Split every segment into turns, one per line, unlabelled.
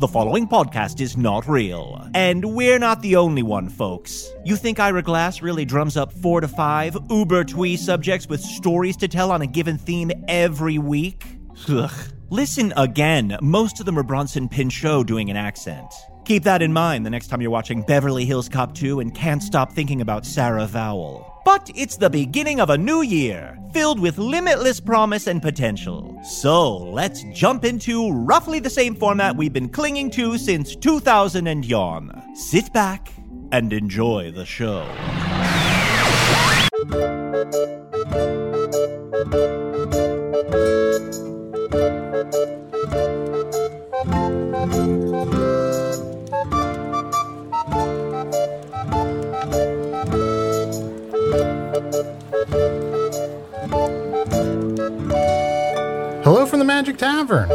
the following podcast is not real. And we're not the only one, folks. You think Ira Glass really drums up four to five uber twee subjects with stories to tell on a given theme every week? Ugh. Listen again. Most of them are Bronson Pinchot doing an accent. Keep that in mind the next time you're watching Beverly Hills Cop 2 and can't stop thinking about Sarah Vowell. But it's the beginning of a new year, filled with limitless promise and potential. So let's jump into roughly the same format we've been clinging to since 2000 and yon. Sit back and enjoy the show.
Hello from the Magic Tavern,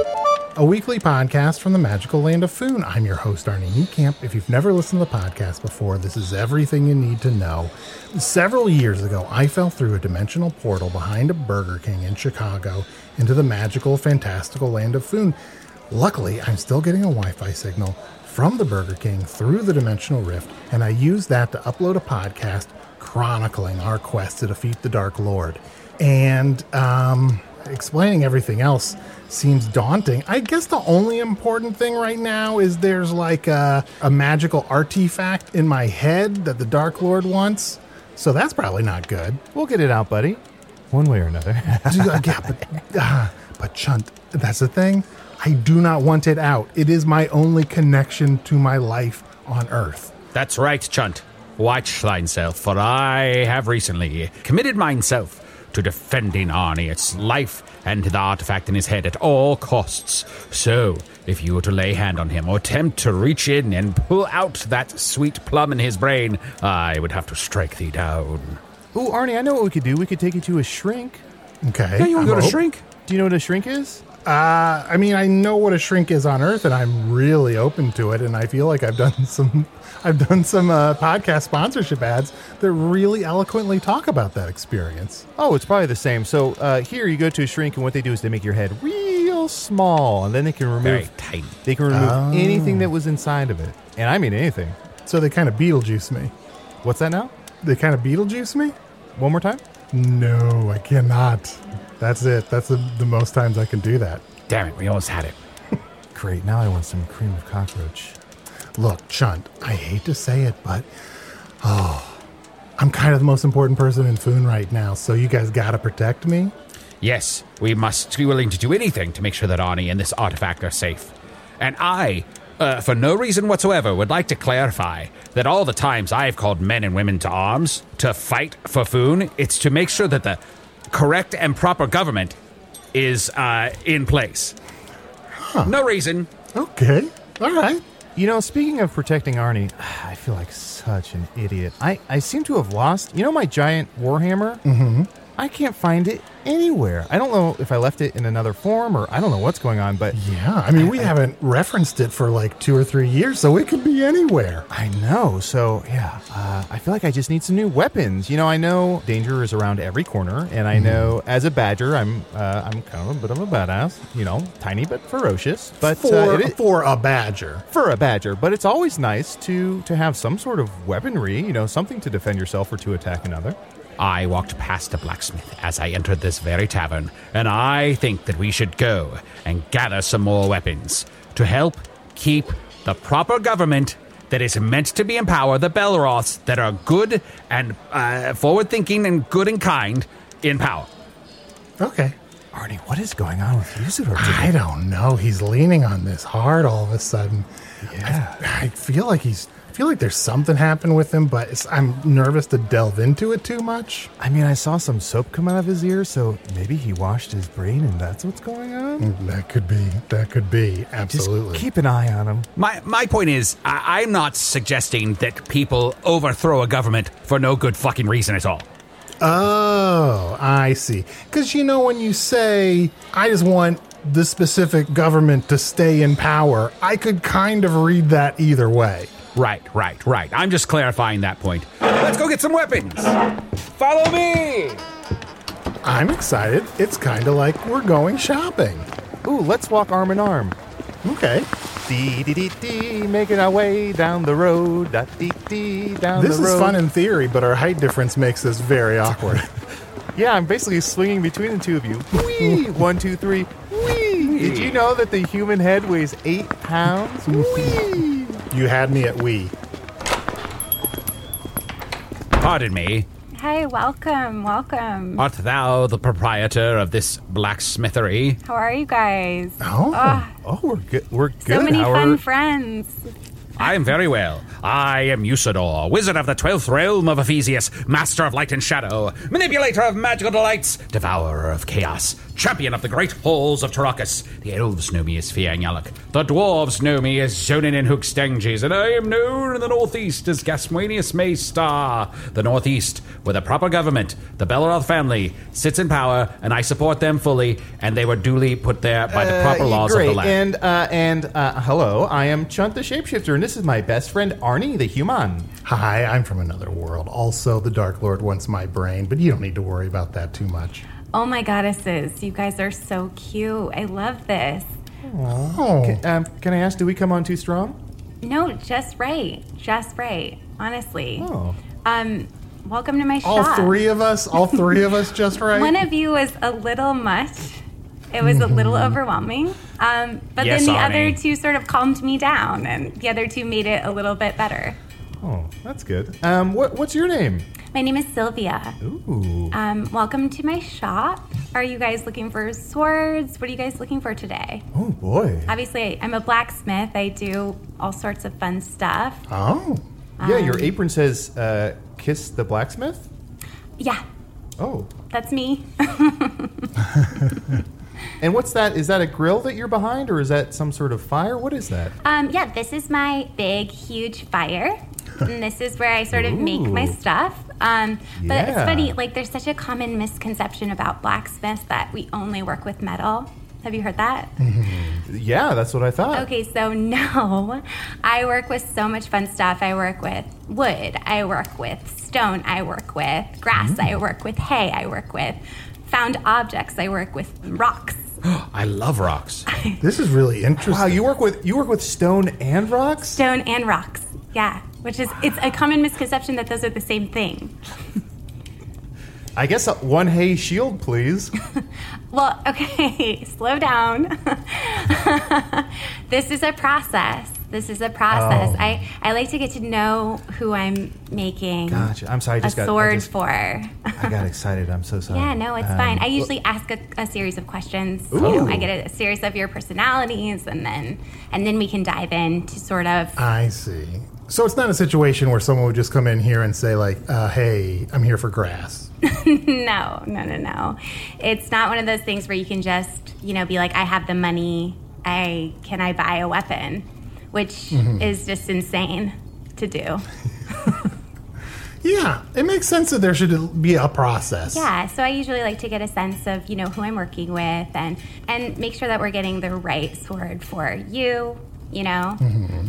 a weekly podcast from the magical land of Foon. I'm your host, Arnie Niekamp. If you've never listened to the podcast before, this is everything you need to know. Several years ago, I fell through a dimensional portal behind a Burger King in Chicago into the magical, fantastical land of Foon. Luckily, I'm still getting a Wi Fi signal from the Burger King through the dimensional rift, and I use that to upload a podcast chronicling our quest to defeat the Dark Lord. And, um, explaining everything else seems daunting. I guess the only important thing right now is there's like a, a magical artifact in my head that the Dark Lord wants. So that's probably not good.
We'll get it out, buddy. One way or another.
yeah, but, uh, but Chunt, that's the thing. I do not want it out. It is my only connection to my life on Earth.
That's right, Chunt. Watch thyself, for I have recently committed myself to defending Arnie, its life, and the artifact in his head at all costs. So, if you were to lay hand on him or attempt to reach in and pull out that sweet plum in his brain, I would have to strike thee down.
Ooh, Arnie, I know what we could do. We could take you to a shrink.
Okay.
Yeah, you want to
I'm
go to
op-
shrink?
Do you know what a shrink is?
Uh, I mean, I know what a shrink is on Earth, and I'm really open to it. And I feel like I've done some, I've done some uh, podcast sponsorship ads that really eloquently talk about that experience.
Oh, it's probably the same. So uh, here you go to a shrink, and what they do is they make your head real small, and then they can remove
Very tiny.
they can remove anything that was inside of it, and I mean anything.
So they kind of Beetlejuice me.
What's that now?
They kind of Beetlejuice me.
One more time?
No, I cannot. That's it. That's the, the most times I can do that.
Damn it, we almost had it.
Great. Now I want some cream of cockroach.
Look, Chunt, I hate to say it, but oh, I'm kind of the most important person in Foon right now. So you guys gotta protect me.
Yes, we must be willing to do anything to make sure that Arnie and this artifact are safe. And I, uh, for no reason whatsoever, would like to clarify that all the times I've called men and women to arms to fight for Foon, it's to make sure that the correct and proper government is uh, in place. No reason.
Okay. All right.
You know, speaking of protecting Arnie, I feel like such an idiot. I, I seem to have lost. You know my giant warhammer? Mm-hmm. I can't find it anywhere. I don't know if I left it in another form or I don't know what's going on, but
Yeah, I mean, we haven't referenced it for like two or three years, so it could be anywhere.
I know. So yeah, uh, I feel like I just need some new weapons. You know, I know danger is around every corner, and I know as a badger, I'm uh, I'm kind of a bit of a badass. You know, tiny but ferocious. But
for
uh, it is-
for a badger.
for a badger, but it's always nice to to have some sort of weaponry. You know, something to defend yourself or to attack another.
I walked past a blacksmith as I entered this very tavern, and I think that we should go and gather some more weapons to help keep the proper government that is meant to be empower the Belroths that are good and uh, forward thinking and good and kind in power.
Okay.
Arnie, what is going on with Usador? today?
I don't know. He's leaning on this hard all of a sudden.
Yeah.
I feel like he's. I feel like there's something happened with him, but it's, I'm nervous to delve into it too much.
I mean, I saw some soap come out of his ear, so maybe he washed his brain, and that's what's going on.
That could be. That could be.
Just
Absolutely.
keep an eye on him.
My, my point is, I, I'm not suggesting that people overthrow a government for no good fucking reason at all.
Oh, I see. Because you know, when you say, I just want the specific government to stay in power, I could kind of read that either way.
Right, right, right. I'm just clarifying that point. Let's go get some weapons. Follow me.
I'm excited. It's kind of like we're going shopping.
Ooh, let's walk arm in arm.
Okay.
Dee dee dee dee, making our way down the road. Da dee dee, down
This
the road.
is fun in theory, but our height difference makes this very awkward.
yeah, I'm basically swinging between the two of you. Whee! One, two, three. Whee! Did you know that the human head weighs eight pounds? Whee!
you had me at we.
Pardon me.
Hey, welcome, welcome.
Art thou the proprietor of this blacksmithery?
How are you guys?
Oh.
Oh, we're good. We're good.
So many
Howard.
fun friends.
I am very well. I am Usador, wizard of the twelfth realm of Ephesius, master of light and shadow, manipulator of magical delights, devourer of chaos, champion of the great halls of Tarakas. The elves know me as Fiangyalak, the dwarves know me as Zonin and Hookstanges, and I am known in the northeast as Gasmanius Maystar. The northeast, with a proper government, the Belleroth family sits in power, and I support them fully, and they were duly put there by the proper
Uh,
laws
great.
of the land.
And uh, and uh, hello, I am Chunt the shapeshifter, and this is my best friend Arnie the human.
Hi, I'm from another world. Also, the Dark Lord wants my brain, but you don't need to worry about that too much.
Oh my goddesses, you guys are so cute. I love this.
Oh.
Um, can I ask, do we come on too strong?
No, just right, just right. Honestly.
Oh.
Um, welcome to my
All
shop.
three of us, all three of us just right?
One of you was a little much. It was a little overwhelming. Um, but
Yes,
then the
Ani.
other two sort of calmed me down, and the other two made it a little bit better.
Oh, that's good. Um, what, what's your name?
My name is Sylvia.
Ooh.
Um, welcome to my shop. Are you guys looking for swords? What are you guys looking for today?
Oh boy.
Obviously, I'm a blacksmith. I do all sorts of fun stuff.
oh.
yeah, your
Um,
apron says uh, "Kiss the blacksmith."
Yeah,
Oh,
that's me.
and what's that? Is that a grill that you're behind, or is that some sort of fire? What is that?
um, yeah, this is my big, huge fire. And this is where I sort of make my
Ooh.
stuff. Um, but it's
Yeah.
funny, like, there's such a common misconception about blacksmiths that we only work with metal. Have you heard that?
Yeah, that's what I thought.
Okay, so no, I work with so much fun stuff. I work with wood, I work with stone, I work with grass, I
Mm-hmm.
work with hay, I work with found objects, I work with rocks.
I love rocks.
This is really interesting.
Wow, you work with you work with stone and rocks.
Stone and rocks, yeah. Which is, it's a common misconception that those are the same thing.
I guess uh, one hay shield, please.
Well, okay, slow down. this is a process. This is a process.
Oh.
I, I like to get to know who I'm making
Gotcha. I'm sorry, I
a
just got I
sword
just-
for.
I got excited. I'm so sorry.
Yeah, no, it's
Um,
fine. I usually ask a, a series of questions. You know, I get a, series of your personalities, and then and then we can dive in to sort of.
I see. So it's not a situation where someone would just come in here and say, like, uh, hey, I'm here for grass.
no, no, no, no. It's not one of those things where you can just you know be like, I have the money. I can I buy a weapon, which is just insane to do.
Yeah, it makes sense that there should be a process.
Yeah, so I usually like to get a sense of, you know, who I'm working with and and make sure that we're getting the right sword for you, you know.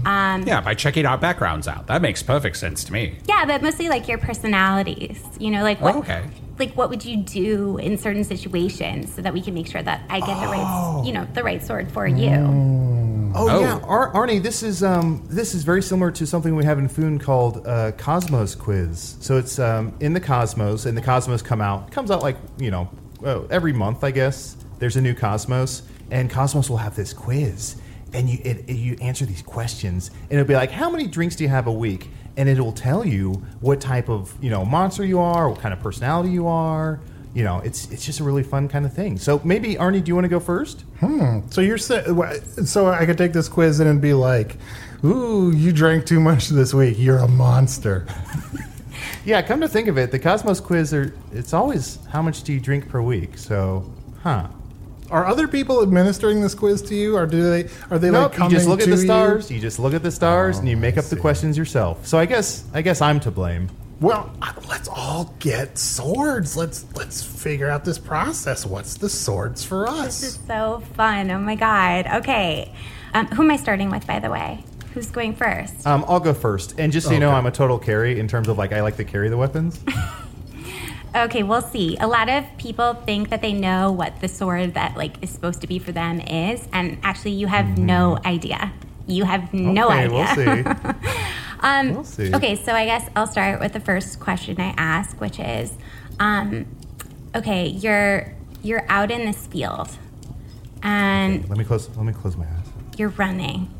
Um
Yeah, by checking our backgrounds out. That makes perfect sense to me. Oh,
yeah, but mostly like your personalities, you know, like what
okay.
like what would you do in certain situations so that we can make sure that I get the right, you know, the right sword for you.
Oh,
Oh.
yeah, Ar- Arnie, this is um, this is very similar to something we have in Foon called uh, Cosmos Quiz. So it's um, in the Cosmos, and the Cosmos come out comes out like you know uh, every month, I guess. There's a new Cosmos, and Cosmos will have this quiz, and you it, it- you answer these questions, and it'll be like, how many drinks do you have a week? And it'll tell you what type of you know monster you are, what kind of personality you are. You know, it's it's just a really fun kind of thing. So maybe Arnie, do you want to go first?
Hmm. So you're sa- wh- so I could take this quiz and it'd be like, "Ooh, you drank too much this week. You're a monster."
Yeah, come to think of it, the Cosmos quiz are it's always how much do you drink per week? So, huh.
Are other people administering this quiz to you, or do they are they like
Nope, you
coming
just look at
to
the
you? Oh,
stars, you? just look at the stars and you make
I
up the
see.
questions yourself. So I guess I guess I'm to blame.
Well, I- let's all get swords. Let's let's figure out this process. What's the swords for
This is
us?
so fun. Oh my god. Okay. Um, who am I starting with by the way? Who's going first?
Um, I'll go first. And just so you know, I'm a total carry in terms of like I like to carry the weapons.
Okay, we'll see. A lot of people think that they know what the sword that like is supposed to be for them is, and actually, you have no idea. You have no
Mm. okay,
idea.
we'll see.
Oh, Um,
We'll see.
Okay, so I guess I'll start with the first question I ask, which is, um, okay, you're you're out in this field, and
let me close let me close my eyes.
you're running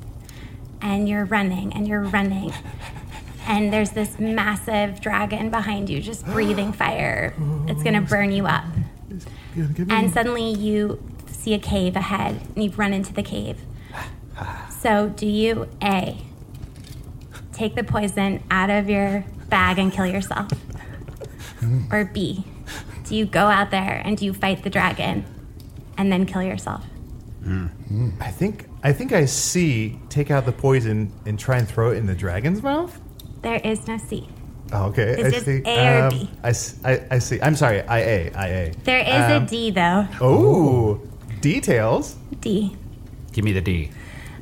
and you're running and you're running and there's this massive dragon behind you just breathing fire it's going to burn you up and suddenly you see a cave ahead and you run into the cave so do you a take the poison out of your bag and kill yourself or b do you go out there and do you fight the dragon and then kill yourself
I think I think I see take out the poison and try and throw it in the dragon's mouth.
there is no c
Oh, okay,
Is
I
it
see.
A or
um,
B?
I s- I- I see. I'm sorry. I A. I A.
There is a D though.
Oh, details.
D.
Give me the D.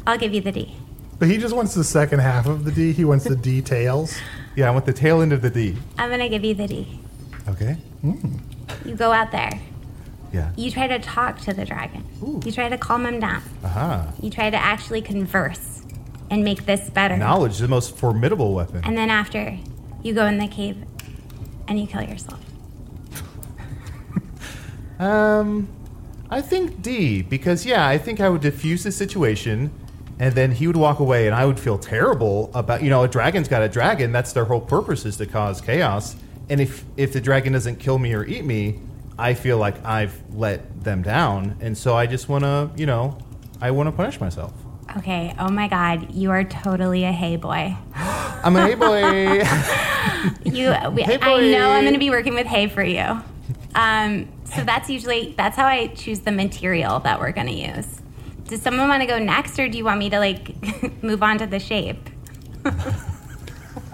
I'll give you the D.
But he just wants the second half of the D. He wants the details.
Yeah, I want the tail end of the D.
I'm gonna give you the D.
Okay.
You go out there.
Yeah.
You try to talk to the dragon. You try to calm him down.
Aha.
You try to actually converse and make this better.
Knowledge is the most formidable weapon.
And then after, you go in the cave and you kill yourself.
Um, I think D because yeah, I think I would diffuse the situation, and then he would walk away, and I would feel terrible about you know a dragon's got a dragon. That's their whole purpose is to cause chaos. And if if the dragon doesn't kill me or eat me, I feel like I've let them down, and so I just want to you know I want to punish myself.
Okay, oh my god, you are totally a hey boy.
I'm a hey boy.
You, we,
Hey,
I
boy.
know I'm going to be working with hay for you. Um, so that's usually that's how I choose the material that we're going to use. Does someone want to go next, or do you want me to like move on to the shape?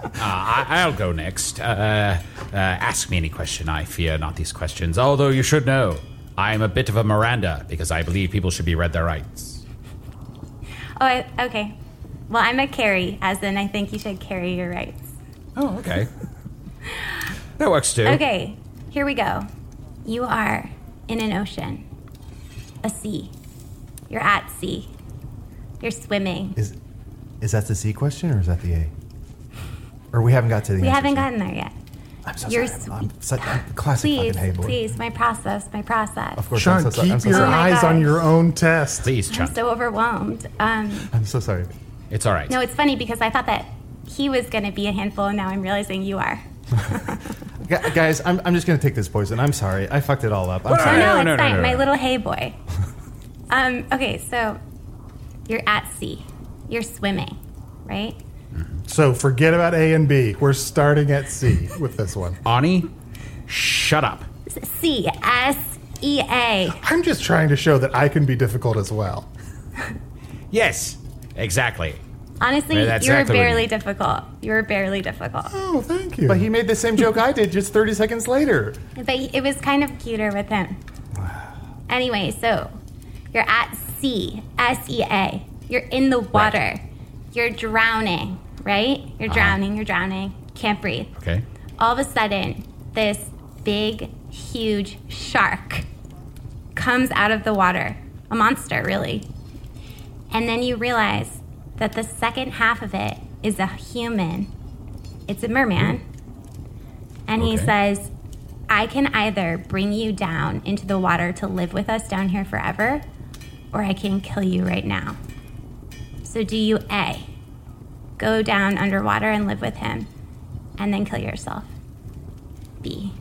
Uh, I- I'll go next. Uh, uh, ask me any question. I fear not these questions, although you should know. I'm a bit of a Miranda because I believe people should be read their rights.
Oh, I, okay. Well, I'm a carry, as in I think you should carry your rights.
Oh, okay. that works too.
Okay, here we go. You are in an ocean, a sea. You're at sea. You're swimming.
Is is that the C question or is that the A? Or we haven't got to the.
We
answers yet.
haven't gotten there yet.
I'm so
you're
sorry.
sweet.
I'm, I'm such I'm a classic
Please,
fucking hey boy.
please, my process, my process.
Of course,
Sean,
I'm so,
keep
sorry. I'm so
your
Oh
sorry.
my
eyes on
gosh.
your own test.
Please,
I'm
Chunt.
so overwhelmed. Um,
I'm so sorry.
it's all right.
no, it's funny because I thought that he was going to be a handful, and now I'm realizing you are.
Gu- guys, I'm, I'm just gonna take this poison. I'm sorry. I fucked it all up. I'm
No,
No,
sorry.
no,
no,
it's
no, no,
fine.
no,
My
no.
little hay boy. um, okay, so you're at sea. You're swimming, right?
So forget about A and B. We're starting at C with this one.
Arnie, shut up.
C S E A.
I'm just trying to show that I can be difficult as well.
Yes, exactly.
Honestly,
Yeah, that's
you were
exactly what
barely
you-
difficult. You were barely difficult.
Oh, thank you.
But he made the same joke I did just 30 seconds later.
But it was kind of cuter with him. Anyway, so you're at sea, S E A. You're in the water. You're drowning, right? You're drowning, you're drowning. Can't breathe.
Okay.
All of a sudden, this big, huge shark comes out of the water. A monster, really. And then you realize that the second half of it is a human. It's a merman. And he
Okay.
says, I can either bring you down into the water to live with us down here forever, or I can kill you right now. So, do you A, go down underwater and live with him, and then kill yourself? B,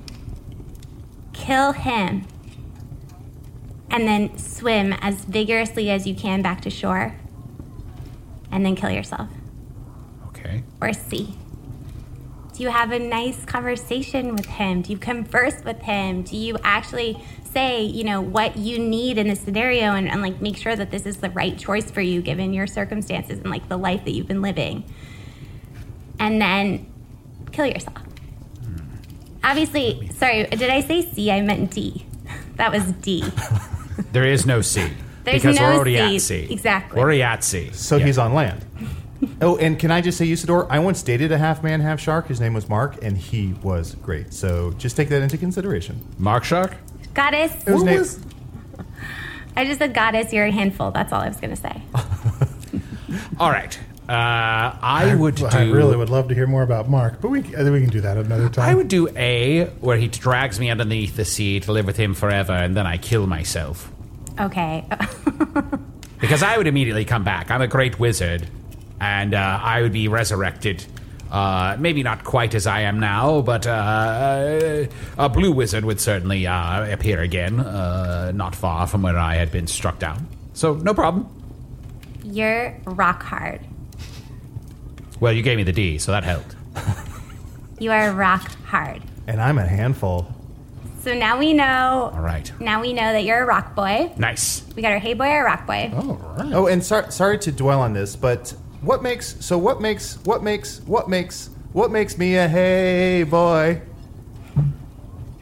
kill him and then swim as vigorously as you can back to shore and then kill yourself
Okay.
or C. Do you have a nice conversation with him? Do you converse with him? Do you actually say, you know, what you need in this scenario and, and like make sure that this is the right choice for you given your circumstances and like the life that you've been living? And then kill yourself. Obviously, sorry, did I say C? I meant D. That was D.
There is no sea.
There's
because
no
we're already at
sea.
sea.
Exactly.
We're already at sea.
So he's on land. oh, and can I just say, Usador, I once dated a half man, half shark. His name was Mark, and he was great. So just take that into consideration.
Mark Shark?
Goddess,
His name-
I just said goddess, you're a handful. That's all I was going to say.
All right. Uh, I would
Well,
do.
I really would love to hear more about Mark, but we I think we can do that another time.
I would do A, where he drags me underneath the sea to live with him forever, and then I kill myself.
Okay.
Because I would immediately come back. I'm a great wizard, and uh, I would be resurrected. Uh, maybe not quite as I am now, but uh, a blue wizard would certainly uh, appear again, uh, not far from where I had been struck down. So, no problem.
You're rock hard.
Well, you gave me the D, so that helped.
You are rock hard.
and I'm a handful.
So now we know.
All right.
Now we know that you're a rock boy.
Nice.
We got our hey boy or rock boy.
All right.
Oh, and sor- sorry to dwell on this, but what makes so what makes what makes what makes what makes me a hey boy?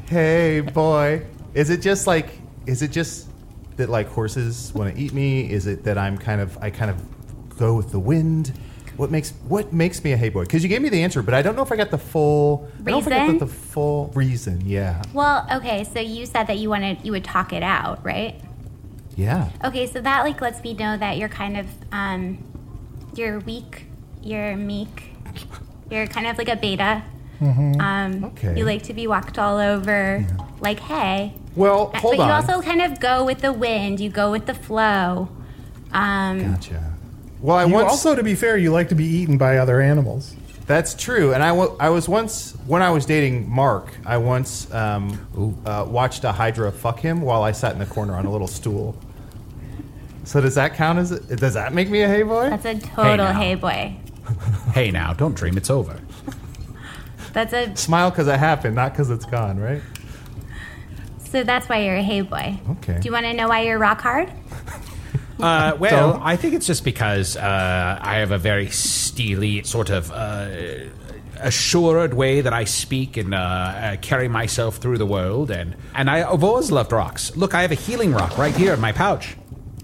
Hey boy, is it just like is it just that like horses want to eat me? Is it that I'm kind of I kind of go with the wind? What makes what makes me a hey boy? Because you gave me the answer, but I don't know if I got the full I don't know if I
Reason?
got the, the full reason. Yeah,
Well, okay. So you said that you wanted you would talk it out, right?
yeah.
Okay. So that like lets me know that you're kind of um, you're weak. You're meek. You're kind of like a beta. Um,
Mm-hmm. Okay.
You like to be walked all over. Like hey.
Well, hold
Uh, but
on.
you also kind of go with the wind. You go with the flow. Um,
gotcha. Well, I
You
once
also, to be fair, you like to be eaten by other animals.
That's true. And I wa- I was once, when I was dating Mark, I once um, uh, watched a Hydra fuck him while I sat in the corner on a little stool. So does that count as, does that make me a hay boy?
That's a total
now.
hey, boy.
Hey, now, don't dream it's over.
That's a
Smile because it happened, not because it's gone, right?
so that's why you're a hey boy.
Okay.
Do you want to know why you're rock hard?
Uh, well, I think it's just because uh, I have a very steely sort of uh, assured way that I speak and uh, uh, carry myself through the world, and and I, have always loved rocks. Look, I have a healing rock right here in my pouch.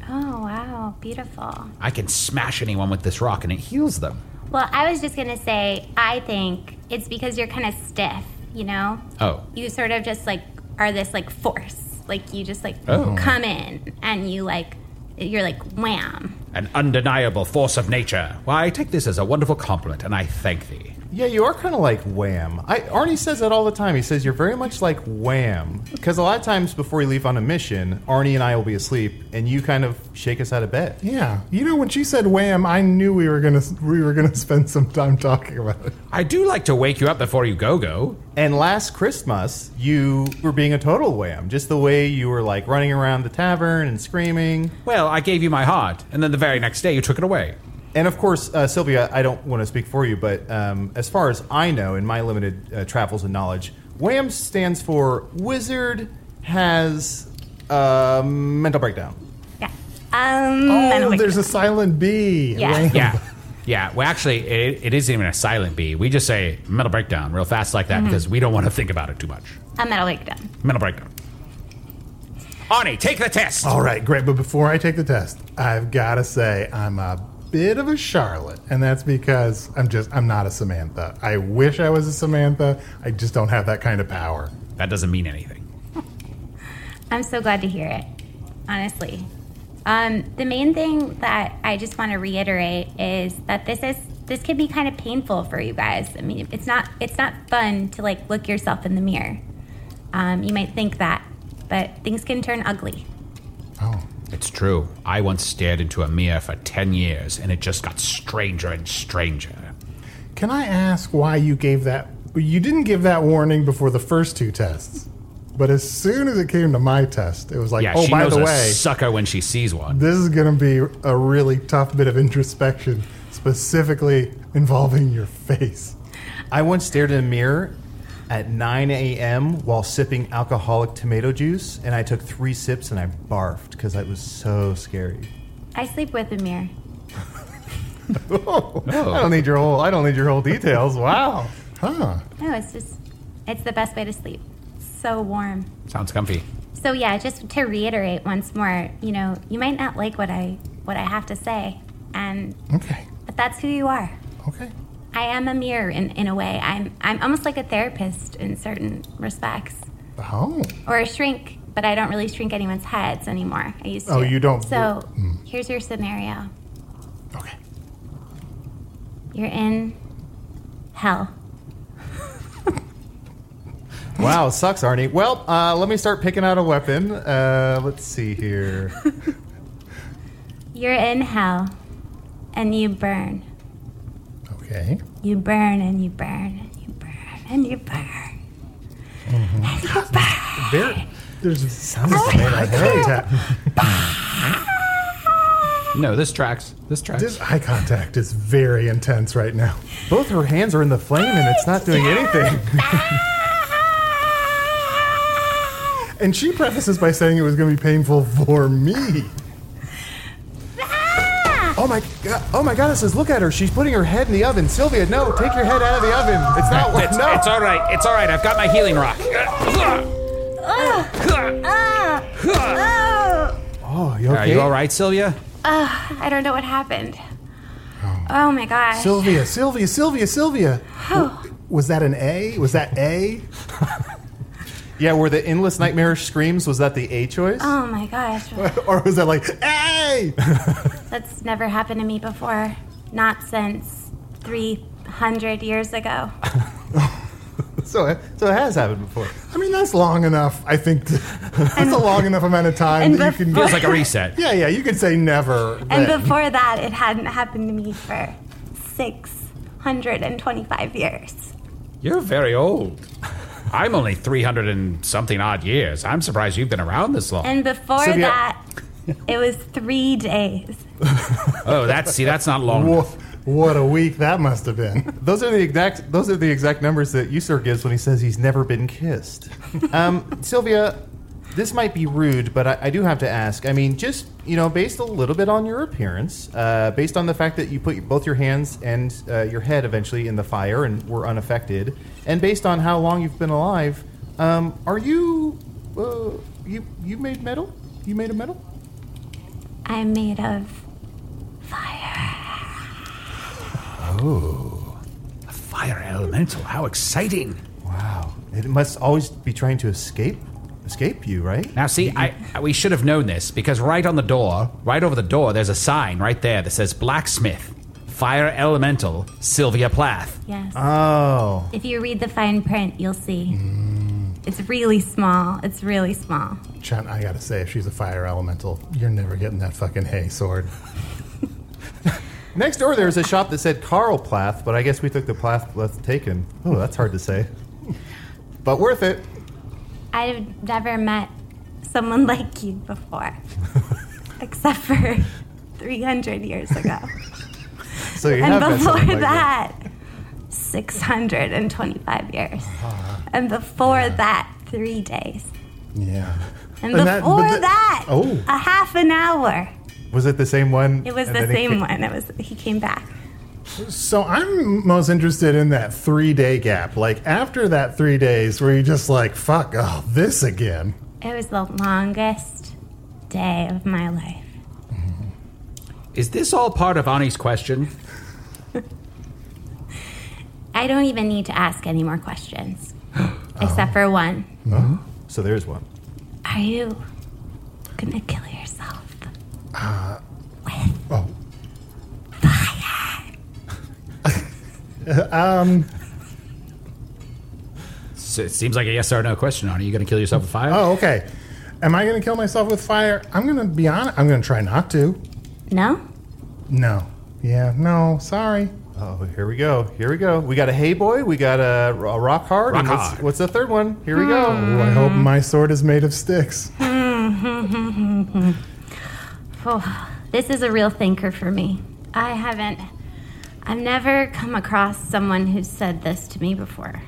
Oh wow, beautiful.
I can smash anyone with this rock, and it heals them.
Well, I was just gonna say, I think it's because you're kind of stiff. You know,
Oh,
you sort of just like are this like force. Like you just like
Oh.
come in and you like you're like wham.
an undeniable force of nature. Why, I take this as a wonderful compliment, and I thank thee.
Yeah, you are kind of like wham. I, Arnie says that all the time. He says you're very much like wham. Because a lot of times before we leave on a mission, Arnie and I will be asleep, and you kind of shake us out of bed.
Yeah, you know when she said "wham," I knew we were gonna we were gonna spend some time talking about it.
I do like to wake you up before you go go.
And last Christmas, you were being a total wham. Just the way you were like running around the tavern and screaming.
Well, I gave you my heart, and then the very next day you took it away.
And of course, uh, Sylvia, I don't want to speak for you, but um, as far as I know, in my limited uh, travels and knowledge, wham stands for wizard has uh, mental breakdown.
Yeah. Um. I don't
Oh,
like
there's a silent B.
Yeah.
Wham.
Yeah. Yeah, well, actually, it, it isn't even a silent B. We just say metal breakdown real fast like that
Mm-hmm.
because we don't want to think about it too much.
A metal breakdown.
Metal breakdown. Ani, take the test.
All right, great. But before I take the test, I've got to say I'm a bit of a Charlotte, and that's because I'm just I'm not a Samantha. I wish I was a Samantha. I just don't have that kind of power.
That doesn't mean anything.
I'm so glad to hear it, honestly. Um, the main thing that I just want to reiterate is that this is this could be kind of painful for you guys. I mean, it's not it's not fun to like look yourself in the mirror. Um, you might think that, but things can turn ugly.
Oh,
It's true. I once stared into a mirror for 10 years and it just got stranger and stranger.
can I ask why you gave that? You didn't give that warning before the first two tests, but as soon as it came to my test, it was like,
Yeah,
oh,
she
by
knows
the
a
way,
sucker when she sees one.
this is going to be a really tough bit of introspection, specifically involving your face.
I once stared in a mirror at 9 a.m. while sipping alcoholic tomato juice, and I took three sips and I barfed because it was so scary.
I sleep with a mirror.
I
Oh,
don't need your whole. I don't need your whole details. Wow.
Huh.
No, it's just it's the best way to sleep. So warm.
Sounds comfy.
So yeah, just to reiterate once more, you know, you might not like what I what I have to say, and
Okay.
but that's who you are.
Okay.
I am a mirror in, in a way. I'm I'm almost like a therapist in certain respects,
Oh.
or a shrink, but I don't really shrink anyone's heads anymore. I used to.
Oh, you don't- mm.
So here's your scenario.
Okay.
You're in hell.
Wow. Sucks, Arnie. Well, uh, let me start picking out a weapon. Uh, let's see here.
You're in hell, and you burn.
Okay.
You burn and you burn and you burn and you burn.
Very.
There's
Sounds like
eye contact.
No, this tracks. This tracks.
This eye contact is very intense right now.
Both her hands are in the flame and it's not doing anything.
And she prefaces by saying it was going to be painful for me.
Oh my god! Oh my goddesses! Look at her. She's putting her head in the oven. Sylvia, no! Take your head out of the oven. It's not.
it's,
no.
it's all right. It's all right. I've got my healing rock.
Oh,
oh, you okay?
Are you all right, Sylvia?
I don't know what happened. Oh my gosh.
Sylvia, Sylvia, Sylvia, Sylvia. Was that an A? Was that A?
Yeah. Were the endless nightmarish screams? Was that the A choice?
Oh my gosh.
Or was that like, A?
That's never happened to me before. Not since 300 years ago.
So, it- so it has happened before.
I mean, that's long enough, I think. to- that's a long enough amount of time
and
that you can
Feels like a reset.
Yeah, yeah, you could say never.
And
then.
before that, it hadn't happened to me for 625 years.
You're very old. I'm only 300 and something odd years. I'm surprised you've been around this long.
And before
Sylvia-
that, it was three days.
Oh, that's see, that's not long.
Whoa,
enough.
what a week that must have been.
Those are the exact. Those are the exact numbers that Usur gives when he says he's never been kissed. um, Sylvia, this might be rude, but I, I do have to ask. I mean, just you know, based a little bit on your appearance, uh, based on the fact that you put both your hands and uh, your head eventually in the fire and were unaffected, and based on how long you've been alive, um, are you uh, you you made metal? You made a metal?
I'm made of.
A fire elemental. How exciting!
Wow! It must always be trying to escape escape you, right?
Now, see, I, I- we should have known this because right on the door, right over the door, there's a sign right there that says blacksmith, fire elemental, Sylvia Plath.
Yes.
Oh.
If you read the fine print, you'll see. It's really small. It's really small.
Chan, I gotta say, if she's a fire elemental, you're never getting that fucking hay sword.
Next door, there was a shop that said Carl Plath, but I guess we took the Plath left taken. Oh, that's hard to say. But worth it.
I've never met someone like you before, except for 300 years ago.
So you
and
have met
before
someone like that.
that, 625 years. And before that, three days.
Yeah.
And,
And that- but
before
the-
that,
Oh.
a half an hour.
Was it the same one?
It was
And
the
then he
same
came-
one. It was he came back.
So I'm most interested in that three day gap. Like after that three days, where you just like, fuck, oh, this again.
It was the longest day of my life.
Is this all part of Ani's question?
I don't even need to ask any more questions, except for one.
So there's one.
Are you gonna kill yourself?
Oh,
So it seems like a yes or no question, Ani. You gonna kill yourself with fire?
oh, okay. Am I gonna kill myself with fire? I'm gonna be honest. I'm gonna try not to.
No?
No. Yeah. No. Sorry.
Oh, here we go. Here we go. We got a Hey Boy. We got a, a Rock Hard. and
Rock
what's,
Hard.
what's the third one? Here we go.
Oh, I hope my sword is made of sticks.
Oh, this is a real thinker for me. I haven't. I've never come across someone who said this to me before.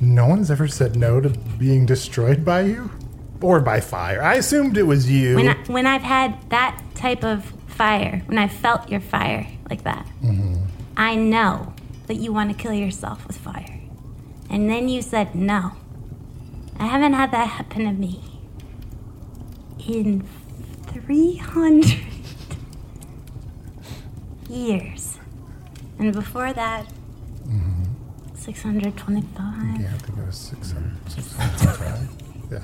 No one's ever said no to being destroyed by you or by fire. I assumed it was you.
When, I, when I've had that type of fire, when I felt your fire like that,
Mm-hmm.
I know that you want to kill yourself with fire. And then you said no. I haven't had that happen to me in 300 years. And before that,
Mm-hmm.
625.
yeah, I think it was 600. 600 right? Yeah.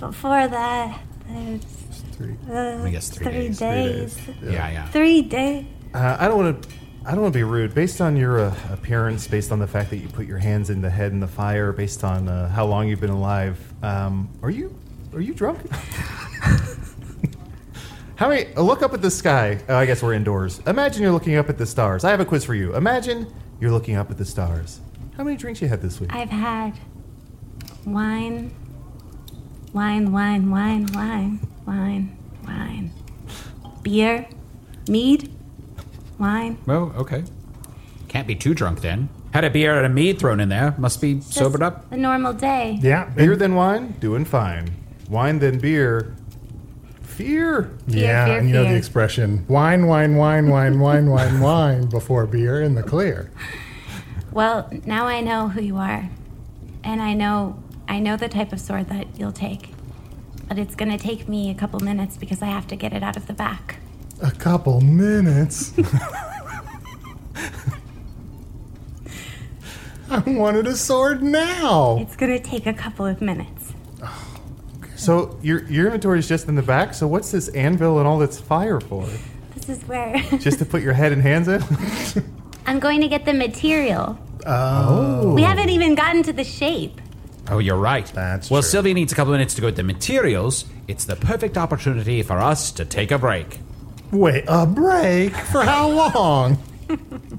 Before that, there's uh,
Three.
I guess three,
three
days.
days.
Yeah, yeah.
Three days.
Uh, I don't want to. I don't want to be rude. Based on your uh, appearance, based on the fact that you put your hands in the head in the fire, based on uh, how long you've been alive, um, are you are you drunk? how many? uh, Look up at the sky. Oh, I guess we're indoors. Imagine you're looking up at the stars. I have a quiz for you. Imagine you're looking up at the stars. How many drinks you had this week?
I've had wine, wine, wine, wine, wine, wine, wine, beer, mead, wine.
Well, okay. Can't be too drunk then. Had a beer and a mead thrown in there. Must be
Just
sobered up.
A normal day.
Yeah.
Beer than wine, doing fine. Wine than beer, fear.
yeah,
fear,
and you know the
fear.
expression wine, wine, wine, wine, wine, wine, wine before beer in the clear.
Well, now I know who you are, and I know I know the type of sword that you'll take. But it's gonna take me a couple minutes because I have to get it out of the back.
A couple minutes. I wanted a sword now.
It's gonna take a couple of minutes.
So your your inventory is just in the back. So what's this anvil and all that's fire for?
This is where
Just to put your head and hands in?
I'm going to get the material. Oh. We haven't even gotten to the shape.
Oh, you're right.
That's
well,
true.
Sylvia needs a couple minutes to go with the materials. It's the perfect opportunity for us to take a break.
Wait, a break for how long?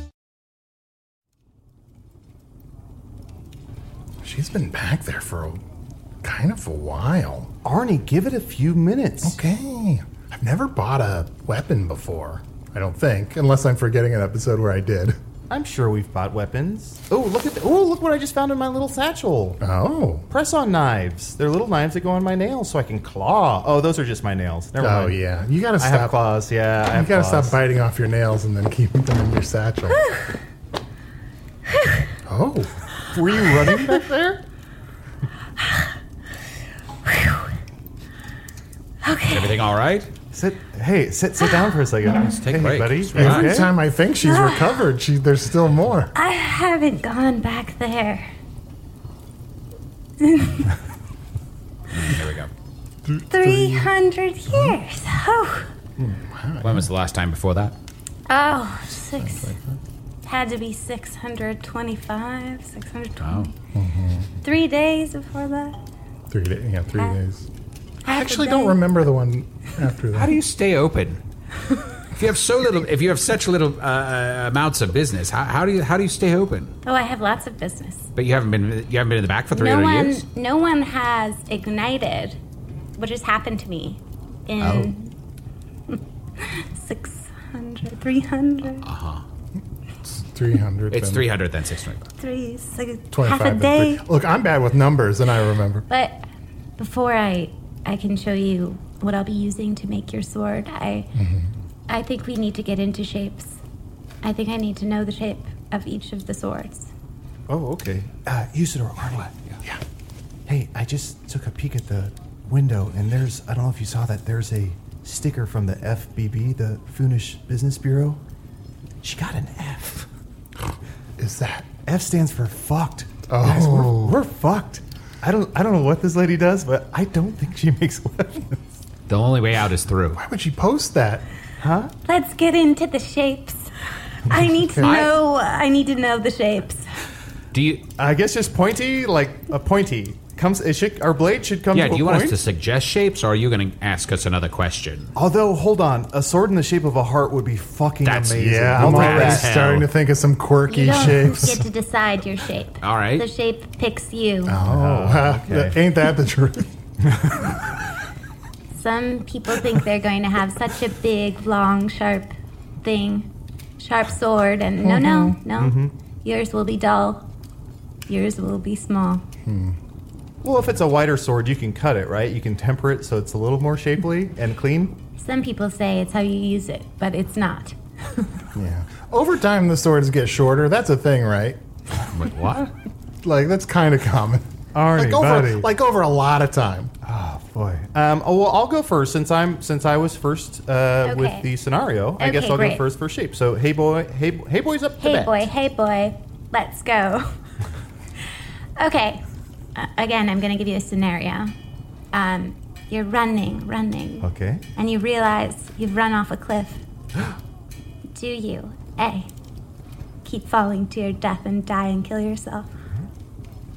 She's been back there for a, kind of a while.
Arnie, give it a few minutes.
Okay. I've never bought a weapon before, I don't think, unless I'm forgetting an episode where I did.
I'm sure we've bought weapons. Oh, look at the, oh, look what I just found in my little satchel.
Oh.
Press on knives. They're little knives that go on my nails so I can claw. Oh, those are just my nails. Never
Oh
mind.
yeah. You gotta
I
stop.
have claws. Yeah, I
you
have
gotta
claws.
stop biting off your nails and then keeping them in your satchel. oh.
Were you running back there?
Everything all right?
Sit. Hey, sit. Sit down for a second.
take a
hey,
break.
buddy.
Just
You
relax.
Every
okay?
time I think she's recovered, she there's still more.
I haven't gone back there.
Here we go.
300 years. Oh,
When was the last time before that?
oh, six. Had to be 625, 620.
Oh.
Three days before that.
Three days. Yeah, three days.
Half
I
a
actually
day.
don't remember the one after
How
that.
do you stay open? If you have so little, if you have such little uh, uh, amounts of business, how, how do you how do you stay open?
Oh, I have lots of business.
But you haven't been you haven't been in the back for three
No
hundred
one,
years.
no one has ignited what just happened to me in
Oh.
600, 300,
Ah.
Three hundred.
It's three hundred then six twenty.
three, six, half
Twenty-five.
a
and
day.
three. Look, I'm bad with numbers, and I remember.
But before I, I can show you what I'll be using to make your sword. I, I think we need to get into shapes. I think I need to know the shape of each of the swords.
Oh, okay. Uh, Usador, Arnold. Yeah. Hey, I just took a peek at the window, and there's, I don't know if you saw that, there's a sticker from the FBB, the Funish Business Bureau. She got an F.
Is that?
F stands for fucked. Guys, we're-
Oh.
we're, fucked. I don't, I don't know what this lady does, but I don't think she makes weapons.
The only way out is through.
Why would she post that?
Let's get into the shapes. I need to
Okay.
know. I need to know the shapes.
Do you?
I guess just pointy, like a pointy. Comes, it should, our blade should come
Yeah.
to
Do
a
you want
point.
us to suggest shapes, or are you going to ask us another question?
Although, hold on, a sword in the shape of a heart would be fucking
That's-
amazing.
Yeah,
We'll
I'm
do
Rad
already
that.
as hell.
starting to think of some quirky
You don't
shapes.
get to decide your shape.
All right.
The shape picks you.
Oh, ain't that the truth?
Some people think they're going to have such a big, long, sharp thing, sharp sword, and no, no, no. Yours will be dull. Yours will be small.
Well, if it's a wider sword, you can cut it, right? You can temper it so it's a little more shapely and clean.
Some people say it's how you use it, but it's not.
Yeah. Over time, the swords get shorter. That's a thing, right?
Wait, what?
Like that's kind of common.
Alrighty,
like over,
buddy.
like over a lot of time.
Oh boy. Um, oh, well, I'll go first since I'm since I was first uh,
Okay.
with the scenario. I guess
Okay,
I'll go
great.
first for shape. So, hey boy, hey, bo- hey boy's up. to
Hey,
bat.
boy, hey, boy, let's go. okay, uh, again, I'm going to give you a scenario. Um, you're running, running,
Okay.
and you realize you've run off a cliff. Do you A. Keep falling to your death and die and kill yourself?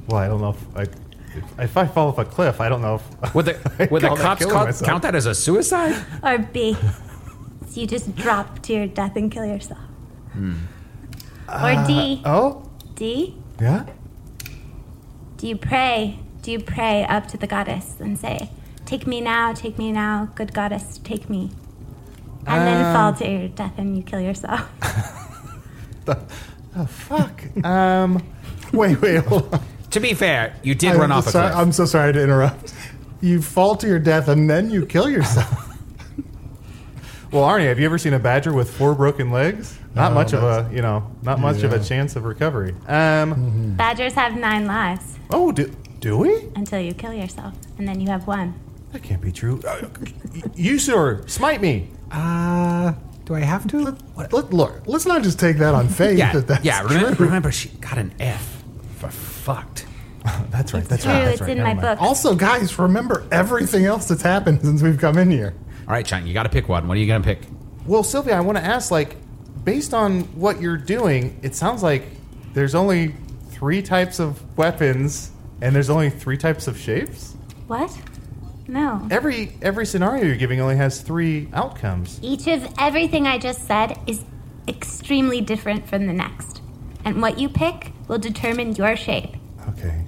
Well, I don't know if I if, if I fall off a cliff, I don't know if
Would
I
the would the
call that
cops
killing
call,
myself.
count that as a suicide?
Or B. so you just drop to your death and kill yourself? Or D.
Oh,
D.
yeah.
Do you pray? Do you pray up to the goddess and say, Take me now, take me now, good goddess, take me? And then fall to your death and you kill yourself.
Fuck. um,
Wait, wait. Hold on.
To be fair, you did run
I'm
off a
sorry-
cliff.
I'm so sorry to interrupt. You fall to your death and then you kill yourself.
well, Arnie, have you ever seen a badger with four broken legs? Not
No,
much of
that's-
a you know, not much of
Yeah.
a chance of recovery. Um.
Badgers have nine lives
Oh, do, do we?
until you kill yourself, and then you have one.
That can't be true. Uh, you, sir, smite me.
Uh, do I have to?
Let, look, let's not just take that on faith
yeah,
that that's
yeah.
true.
Remember, remember, she got an F for fucked.
That's right. That's
True,
right. That's
it's
right.
in
Never
my
mind.
book.
Also, guys, remember everything else that's happened since we've come in here.
All right, Chang, you got to pick one. What are you going to pick?
Well, Sylvia, I want to ask, like, based on what you're doing, it sounds like there's only three types of weapons, and there's only three types of shapes.
What? No.
Every every scenario you're giving only has three outcomes.
Each of everything I just said is extremely different from the next. And what you pick will determine your shape.
Okay.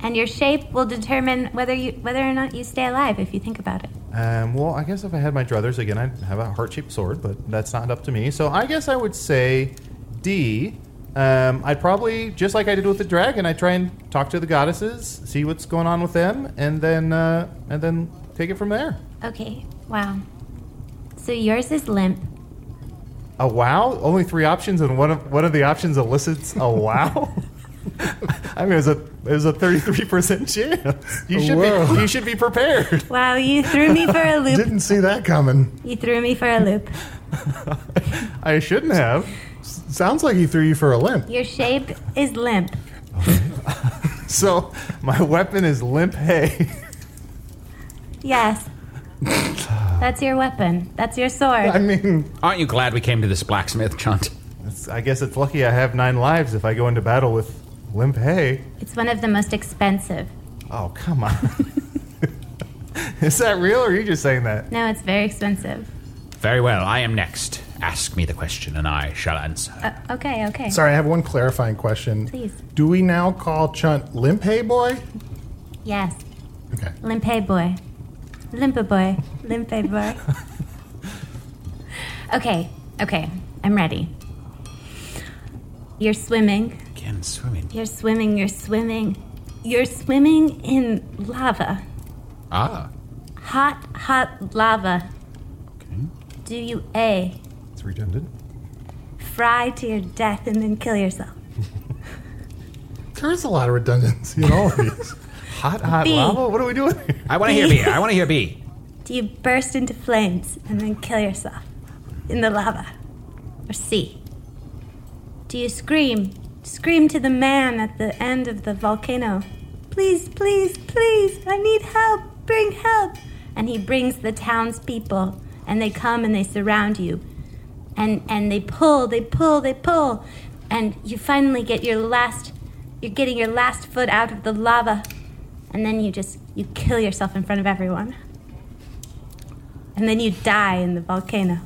And your shape will determine whether you whether or not you stay alive if you think about it.
Um, well, I guess if I had my druthers again, I'd have a heart shaped sword, but that's not up to me. So I guess I would say D, Um, I'd probably, just like I did with the dragon, I'd try and talk to the goddesses, see what's going on with them, and then uh, and then take it from there.
Okay, wow. So yours is limp.
A wow? Only three options, and one of one of the options elicits a wow. I mean, it was a it was a thirty three percent chance. You should
Whoa.
be you should be prepared.
Wow, you threw me for a loop.
Didn't see that coming.
You threw me for a loop.
I shouldn't have.
Sounds like he threw you for a limp.
Your shape is limp.
So my weapon is limp hay.
Yes. That's your weapon. That's your
I
sword.
mean,
Aren't you glad we came to this blacksmith chunt?
It's, I guess it's lucky I have nine lives if I go into battle with limp hay.
It's one of the most expensive.
Oh come on. is that real, or are you just saying that?
No, it's very expensive.
Very well, I am next. Ask me the question and I shall answer.
Uh, okay, okay.
sorry, I have one clarifying question.
Please.
Do we now call Chunt Limp Hay Boy?
Yes.
Okay.
Limpe boy. Limpe boy. Limpe boy. okay, okay. I'm ready. You're swimming.
Again, swimming.
You're swimming. You're swimming. You're swimming in lava.
Ah,
Hot, hot lava. Do you A,
It's redundant.
fry to your death and then kill yourself?
There is a lot of redundancy in all of these.
Hot hot
B.
lava. What are we doing? here?
I want to hear B. I want to hear B.
Do you burst into flames and then kill yourself in the lava? Or C? Do you scream? Scream to the man at the end of the volcano. Please, please, please, I need help, bring help. And he brings the townspeople, and they come and they surround you. And, and they pull, they pull, they pull. And you finally get your last, you're getting your last foot out of the lava. And then you just, you kill yourself in front of everyone. And then you die in the volcano.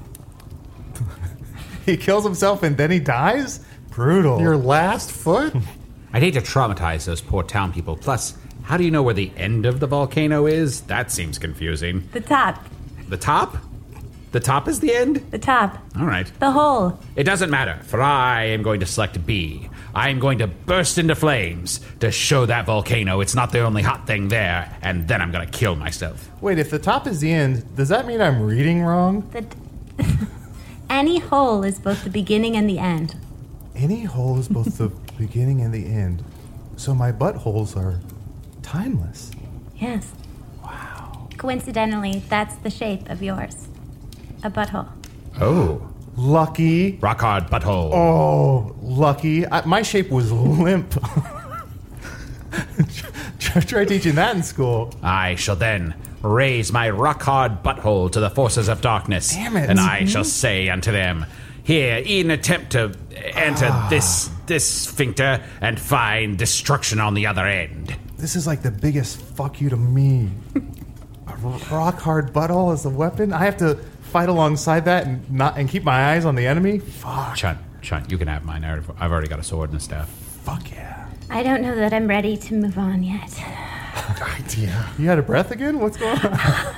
He kills himself and then he dies. Brutal.
Your last foot?
I'd hate to traumatize those poor town people. Plus, how do you know where the end of the volcano is? That seems confusing.
The top.
The top? The top is the end?
The top.
All right.
The hole.
It doesn't matter, for I am going to select B. I am going to burst into flames to show that volcano it's not the only hot thing there, and then I'm going to kill myself.
Wait, if the top is the end, does that mean I'm reading wrong?
The Any hole is both the beginning and the end.
Any hole is both the beginning and the end. So my buttholes are timeless.
Yes. Wow. Coincidentally, that's the shape of yours. A butthole.
Oh.
Lucky.
Rock hard butthole.
Oh, lucky. I, my shape was limp. Try try teaching that in school.
I shall then raise my rock hard butthole to the forces of darkness.
Damn it. Mm-hmm.
And I shall say unto them, Here, in attempt to enter
Ah.
this this sphincter and find destruction on the other end.
This is like the biggest fuck you to me. A rock hard butthole as a weapon. I have to fight alongside that and not and keep my eyes on the enemy. Fuck.
Chunt, Chunt, you can have mine. I've I've already got a sword and a staff.
Fuck yeah.
I don't know that I'm ready to move on yet.
Yeah.
You had a breath again? What's going on?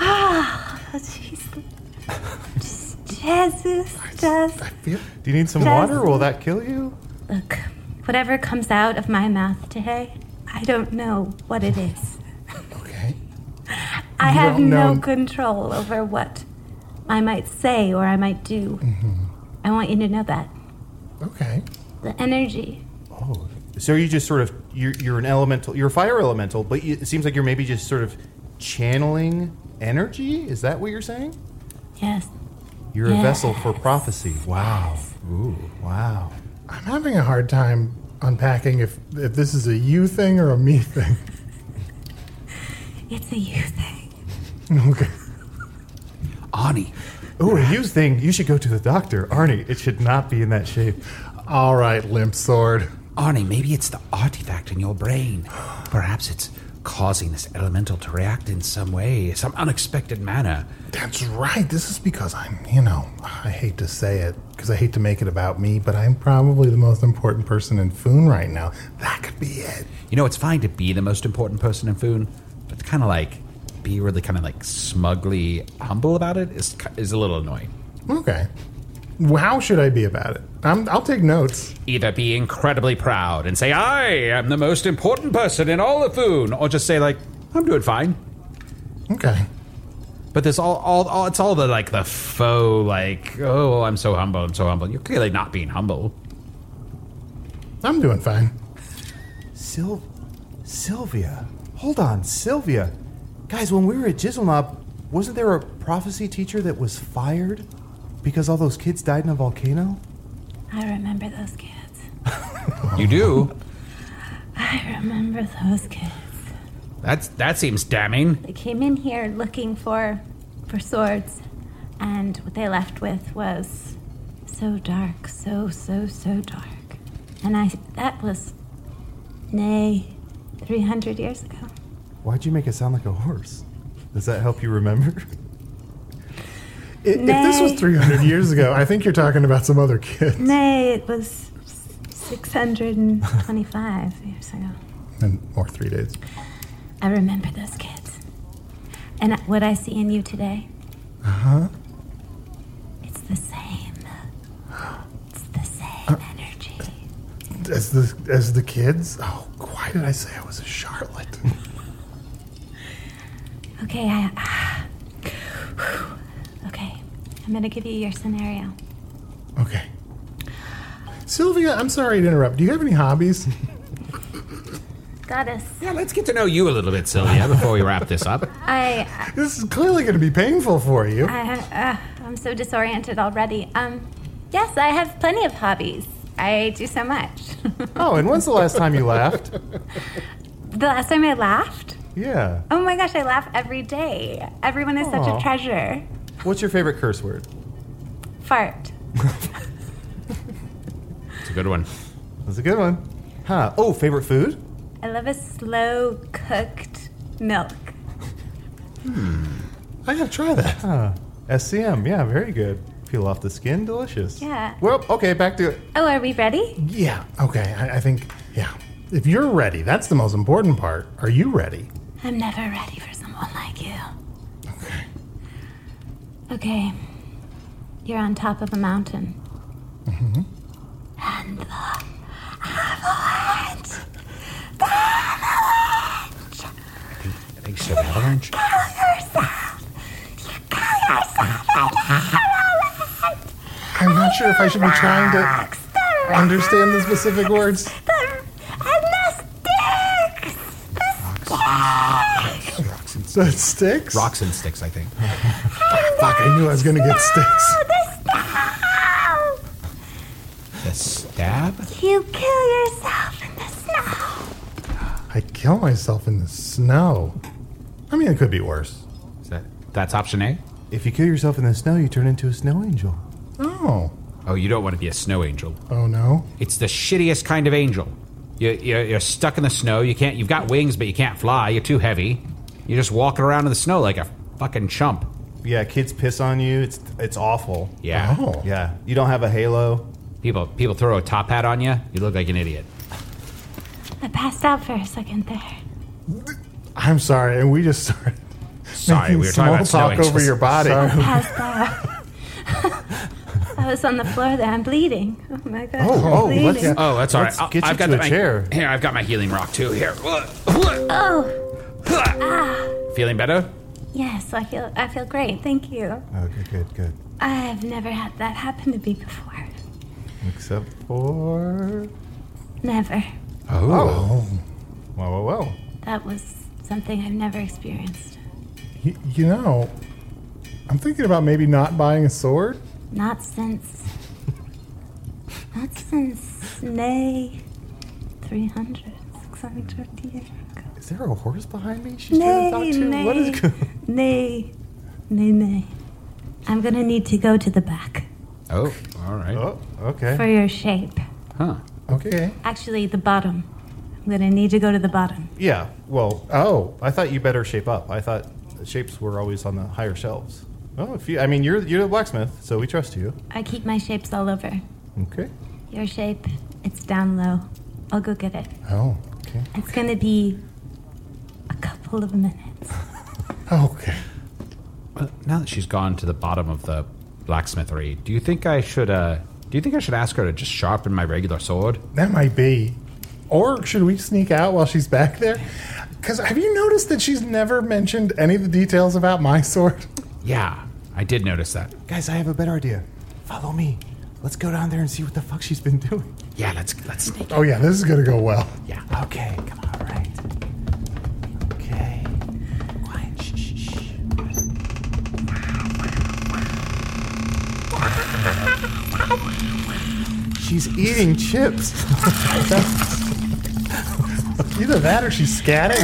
Oh, jeez. Jesus. Just
Do you need some water? Will that kill you?
look. Whatever comes out of my mouth today, I don't know what it is.
Okay.
I
You
have
don't
no
know-
control over what I might say or I might do.
Mm-hmm.
I want you to know that.
Okay.
The energy.
Oh. So you just sort of you're, you're an elemental, you're a fire elemental, but you, it seems like you're maybe just sort of channeling energy. Is that what you're saying?
Yes.
You're a vessel for prophecy. Wow. Ooh. Wow.
I'm having a hard time unpacking if, if this is a you thing or a me thing.
It's a you thing.
Okay.
Arnie.
Ooh, a used thing. You should go to the doctor, Arnie. It should not be in that shape.
All right, limp sword.
Arnie, maybe it's the artifact in your brain. Perhaps it's causing this elemental to react in some way, some unexpected manner.
That's right. This is because I'm, you know, I hate to say it because I hate to make it about me, but I'm probably the most important person in Foon right now. That could be it.
You know, it's fine to be the most important person in Foon, but kind of like be really kind of like smugly humble about it is ki- is a little annoying.
Okay. How should I be about it? I'm, I'll take notes.
Either be incredibly proud and say, I am the most important person in all of Foon, or just say, like, I'm doing fine.
Okay.
But there's all, all, all it's all the, like, the faux, like, oh, I'm so humble, I'm so humble. You're clearly not being humble.
I'm doing fine.
Sil- Sylvia. Hold on, Sylvia. Guys, when we were at Jizzlemob, wasn't there a prophecy teacher that was fired because all those kids died in a volcano?
I remember those kids.
You do?
I remember those kids.
That's, that seems damning.
They came in here looking for for swords, and what they left with was so dark, so so so dark. And I that was nay, three hundred years ago.
Why'd you make it sound like a horse? Does that help you remember?
I- If this was
Nay.
300 years ago, I think you're talking about some other kid.
Nay, it was six hundred and twenty-five years ago.
And, or three days.
I remember those kids, and what I see in you today. Uh-huh. Uh huh. It's the same. It's the same energy.
As the, as the kids? Oh, why did I say I was a Charlotte?
Okay, I. ah. okay, I'm gonna give you your scenario.
Okay. Sylvia, I'm sorry to interrupt. Do you have any hobbies?
Goddess,
Yeah, let's get to know you a little bit, Sylvia, before we wrap this up.
I.
This is clearly going to be painful for you.
I uh, I'm so disoriented already. Um, yes, I have plenty of hobbies. I do so much.
Oh, and when's the last time you laughed?
the last time I laughed,
Yeah.
oh my gosh, I laugh every day. Everyone is such
Aw.
a treasure.
What's your favorite curse word?
Fart.
It's a good one.
That's a good one. Huh. Oh, favorite food?
I love a slow cooked milk.
I gotta try that.
SCM. Yeah, very good. Peel off the skin. Delicious.
Yeah.
Well, okay, back to it.
Oh, are we ready?
Yeah. Okay. I, I think. Yeah. If you're ready, that's the most important part. Are you ready?
I'm never ready for someone like you.
Okay.
Okay. You're on top of a mountain.
I think she's an avalanche.
I'm not sure if I should be trying to understand the specific words. The sticks?
Rocks and sticks, I think.
Fuck, I knew I was gonna get sticks.
The stab?
You kill yourself in the snow.
I kill myself in the snow. I mean, it could be worse.
Is that, that's option A?
If you kill yourself in the snow, you turn into a snow angel.
Oh.
Oh, you don't want to be a snow angel.
Oh no.
It's the shittiest kind of angel. You're, you're, you're stuck in the snow. You can't. You've got wings, but you can't fly. You're too heavy. You're just walking around in the snow like a fucking chump.
Yeah, kids piss on you. It's it's awful.
Yeah.
Oh.
Yeah. You don't have a halo.
People people throw a top hat on you. You look like an idiot.
I passed out for a second there.
I'm sorry, and we just started.
Sorry,
making
we were talking about snow
small talk
angels.
over your body.
Passed out. I was on the floor there. I'm bleeding. Oh my god. I'm
oh,
bleeding.
let's-
uh,
Oh, that's all right.
Let's get you
I've got
to a
the, my-
chair.
Here, I've got my healing rock too. Here.
oh,
Feeling better?
yes. I feel. I feel great. Thank you.
Okay, good, good.
I've never had that happen to me before.
Except for
Never.
Oh.
whoa, whoa, whoa.
That was something I've never experienced.
You, you know, I'm thinking about maybe not buying a sword.
Not since. not since May 300, 600 years ago.
Is there a horse behind me? She's trying to talk
Nay,
to. What
nay.
is? go-
Nay, nay, nay. I'm gonna need to go to the back
Oh, all right.
Oh, okay.
for your shape.
Huh.
Okay.
Actually, the bottom. I'm gonna need to go to the bottom.
Yeah. Well,
Oh.
I thought you better shape up. I thought shapes were always on the higher shelves. Oh, if you, I mean, you're you're the blacksmith, so we trust you.
I keep my shapes all over.
Okay.
Your shape, it's down low. I'll go get it.
Oh.
It's gonna be a couple of minutes.
Oh, Okay.
Well, now that she's gone to the bottom of the blacksmithery. Do you think I should uh do you think I should ask her to just sharpen my regular sword?
That might be. Or should we sneak out while she's back there? Because have you noticed that she's never mentioned any of the details about my sword?
Yeah, I did notice that.
Guys, I have a better idea. Follow me. Let's go down there and see what the fuck she's been doing.
Yeah, let's let's sneak.
Oh, yeah, this is going to go well.
Yeah.
Okay, come on, all right. Okay. Quiet. Shh, shh, shh. She's eating chips.
Either that or she's scatting.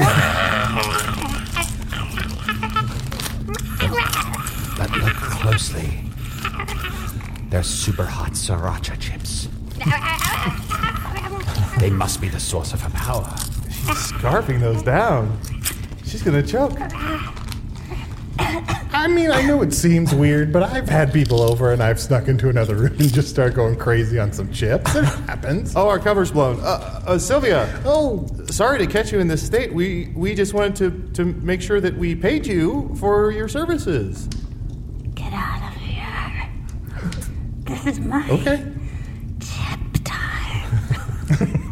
But look closely. They're super hot sriracha chips. They must be the source of her power.
Scarfing those down. She's gonna choke.
I mean, I know it seems weird, but I've had people over and I've snuck into another room and just start going crazy on some chips. It happens.
Oh, our cover's blown. Uh, uh, Sylvia,
Oh,
sorry to catch you in this state. We we just wanted to to make sure that we paid you for your services.
Get out of here. This is my
okay.
chip time.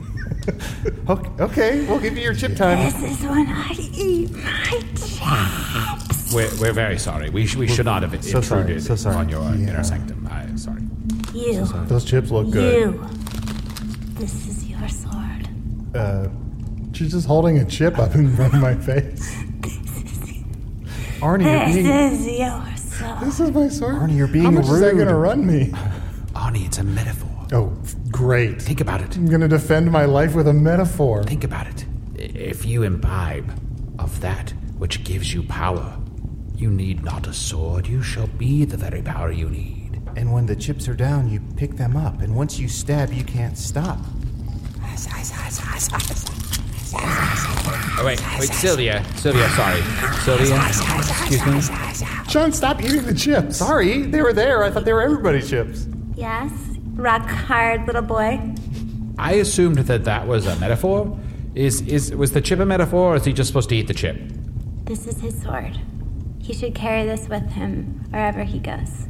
Okay, okay we'll give you your chip time.
This is when I eat my chips.
We're, we're very sorry. We, sh- we should not have
so sorry,
intruded
so sorry.
on your inner sanctum. i sorry.
You.
Those chips look good.
You. This is your sword.
Uh,
She's just holding a chip up in front of my face.
Arnie, you're
This
being
is your sword.
This is my sword.
Arnie, you're being
How much is that
rude.
going to run me?
Arnie, it's a metaphor.
Oh, great.
Think about it.
I'm going to defend my life with a metaphor.
Think about it. I- If you imbibe of that which gives you power, you need not a sword. You shall be the very power you need.
And when the chips are down, you pick them up. And once you stab, you can't stop.
Oh, wait, wait, Sylvia. Sylvia, sorry. Sylvia, excuse me.
Sean, stop eating the chips.
Sorry, they were there. I thought they were everybody's chips.
Yes? Rock hard, little boy.
I assumed that that was a metaphor. Is, is Was the chip a metaphor, or is he just supposed to eat the chip?
This is his sword. He should carry this with him wherever he goes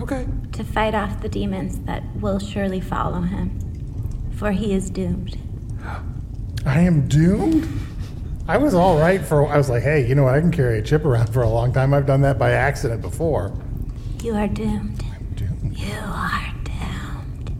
Okay.
to fight off the demons that will surely follow him. For he is doomed.
I am doomed. I was all right for. I was like, hey, you know what? I can carry a chip around for a long time. I've done that by accident before.
You are doomed.
Doomed.
You are doomed.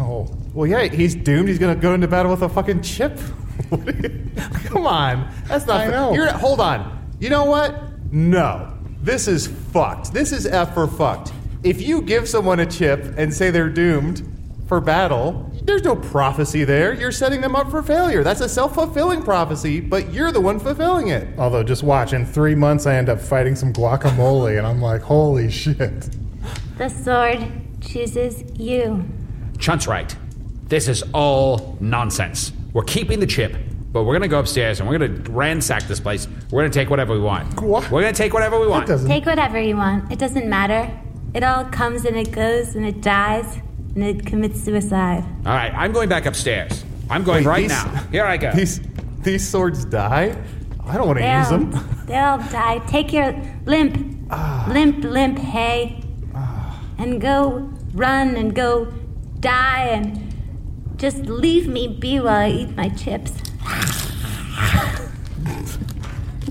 Oh,
Well, yeah, he's doomed. He's gonna go into battle with a fucking chip. What do you- Come on, that's not.
I
fair.
know.
You're hold on. You know what? No, this is fucked. This is f for fucked. If you give someone a chip and say they're doomed for battle, there's no prophecy there. You're setting them up for failure. That's a self fulfilling prophecy, but you're the one fulfilling it.
although just watch. In three months, I end up fighting some guacamole, and I'm like, holy shit.
The sword chooses you.
Chunt's right. This is all nonsense. We're keeping the chip, but we're gonna go upstairs and we're gonna ransack this place. We're gonna take whatever we want.
What?
We're gonna take whatever we want.
doesn't-
Take whatever you want. It doesn't matter. It all comes and it goes and it dies and it commits suicide.
All right, I'm going back upstairs. I'm going
Wait,
right
these-
now. Here I go.
These these swords die. I don't want to use
They'll,
them.
they'll die. Take your limp, limp, limp hay and go run and go die and just leave me be while I eat my chips.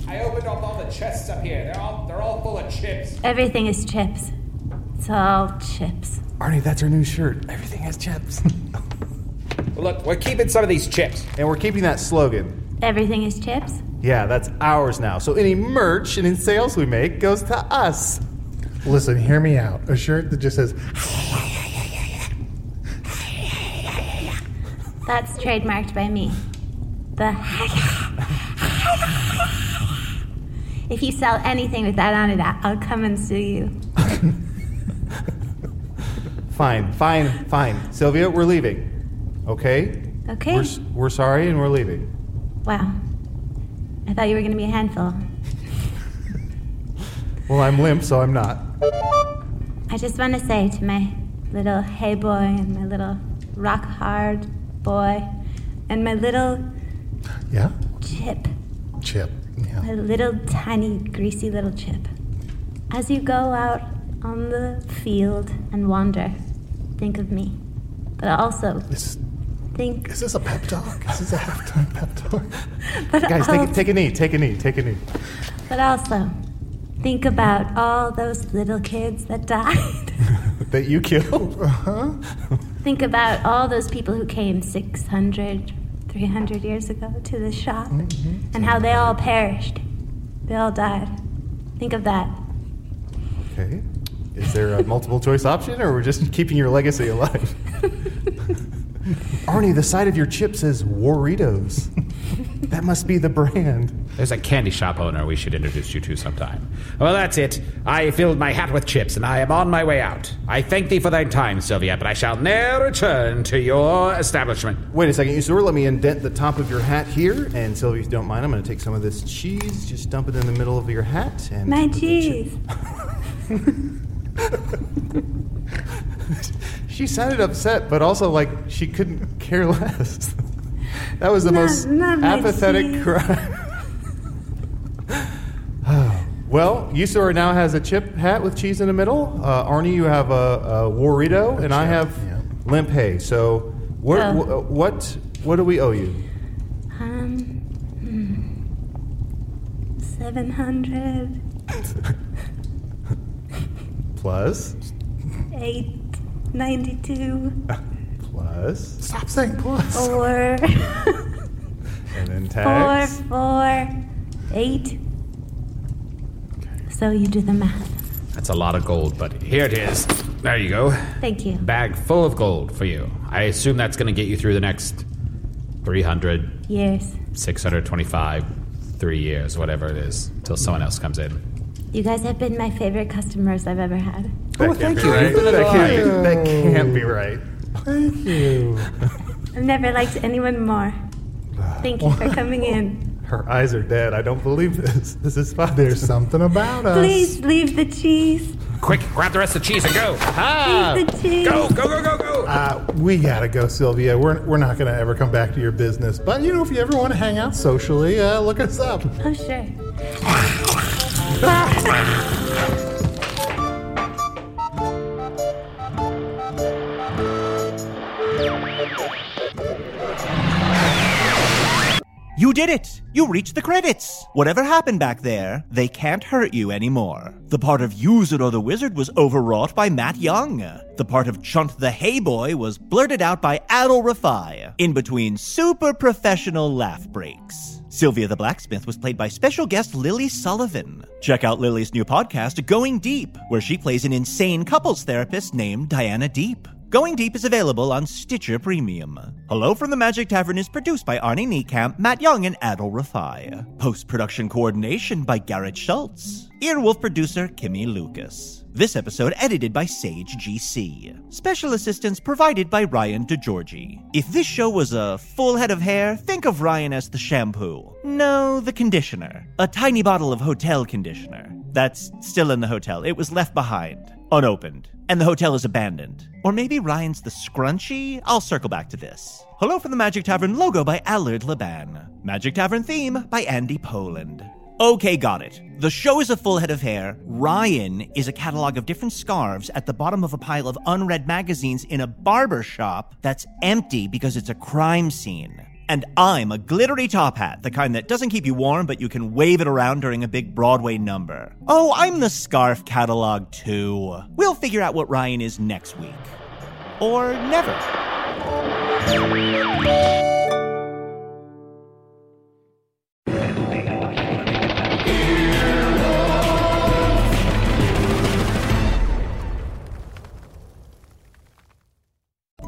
I opened up all the chests up here. They're all they're all full of chips.
Everything is chips. It's all chips.
Arnie, that's her new shirt. Everything has chips.
Look, we're keeping some of these chips.
and we're keeping that slogan.
Everything is chips.
Yeah, that's ours now. So any merch and any sales we make goes to us.
Listen, hear me out. A shirt that just says,
That's trademarked by me. The If you sell anything with that on it, I'll come and sue you.
Fine, fine, fine. Sylvia, we're leaving. Okay?
Okay.
We're, s- we're sorry and we're leaving.
Wow. I thought you were going to be a handful.
Well, I'm limp, so I'm not.
I just want to say to my little hey boy and my little rock hard boy and my little
yeah,
chip,
chip. Yeah.
my little tiny greasy little chip. As you go out
on the field and wander. Think of me. But also
Is,
think
is this a pep talk? Is this a halftime pep talk? Um,
Guys, take, a- take a knee. Take a knee. Take a knee.
but also think about all those little kids that died.
That you killed.
Uh-huh.
think about all those people who came 600, 300 years ago to the shop and how they all perished. They all died. Think of that.
Okay. Is there a multiple choice option, or we're just keeping your legacy alive? Arnie, the side of your chip says Warritos. That must be the brand.
There's a candy shop owner we should introduce you to sometime. Well, that's it. I filled my hat with chips, and I am on my way out. I thank thee for thine time, Sylvia, but I shall ne'er return to your establishment.
Wait a second, Usador. Let me indent the top of your hat here, and Sylvia, if you don't mind, I'm going to take some of this cheese, just dump it in the middle of your hat, and
My cheese.
she sounded upset, but also like she couldn't care less. that was the
Not-
most
not my
apathetic
cheese.
cry. well, Usador now has a chip hat with cheese in the middle. Uh, Arnie, you have a, a Warrito, and I have
yeah.
limp hay. So, what,
Yeah.
wh- uh, what, what do we owe you?
Um, seven hundred
Plus,
eight ninety-two
plus,
Stop saying plus.
Oh.
or
and then
four
tax.
four eight. So you do the math.
That's a lot of gold, but here it is. There you go.
Thank you.
Bag full of gold for you. I assume that's going to get you through the next 300,
Years.
625, three years, whatever it is, till someone else comes in.
You guys have been my favorite customers I've ever had.
Oh, thank you. That can't, be, that can't be right.
Thank you.
I've never liked anyone more. Thank you for coming in.
Her eyes are dead. I don't believe this. This is fine.
There's something about us.
Please leave the cheese.
Quick, grab the rest of the cheese and go. Ah!
Leave the cheese.
Go, go, go, go, go!
Uh, we gotta go, Sylvia. We're, we're not gonna ever come back to your business. But you know, if you ever want to hang out socially, uh, look us up.
Oh sure.
You did it! You reached the credits! Whatever happened back there, they can't hurt you anymore. The part of Usador the Wizard was overwrought by Matt Young. The part of Chunt the Hay Boy was blurted out by Adol Rafai in between super professional laugh breaks. Sylvia the Blacksmith was played by special guest Lily Sullivan. Check out Lily's new podcast, Going Deep, where she plays an insane couples therapist named Diana Deep. Going Deep is available on Stitcher Premium. Hello from the Magic Tavern is produced by Arnie Niekamp, Matt Young, and Adol Rafai. Post production coordination by Garrett Schultz. Earwolf producer Kimmy Lucas. This episode edited by Sage GC. Special assistance provided by Ryan DeGiorgi. If this show was a full head of hair, think of Ryan as the shampoo. No, the conditioner. A tiny bottle of hotel conditioner. That's still in the hotel. It was left behind unopened, and the hotel is abandoned. Or maybe Ryan's the scrunchie? I'll circle back to this. Hello from the Magic Tavern logo by Allard Laban. Magic Tavern theme by Andy Poland. Okay, got it. The show is a full head of hair. Ryan is a catalog of different scarves at the bottom of a pile of unread magazines in a barber shop that's empty because it's a crime scene. And I'm a glittery top hat, the kind that doesn't keep you warm, but you can wave it around during a big Broadway number. Oh, I'm the scarf catalog too. We'll figure out what Ryan is next week. Or never.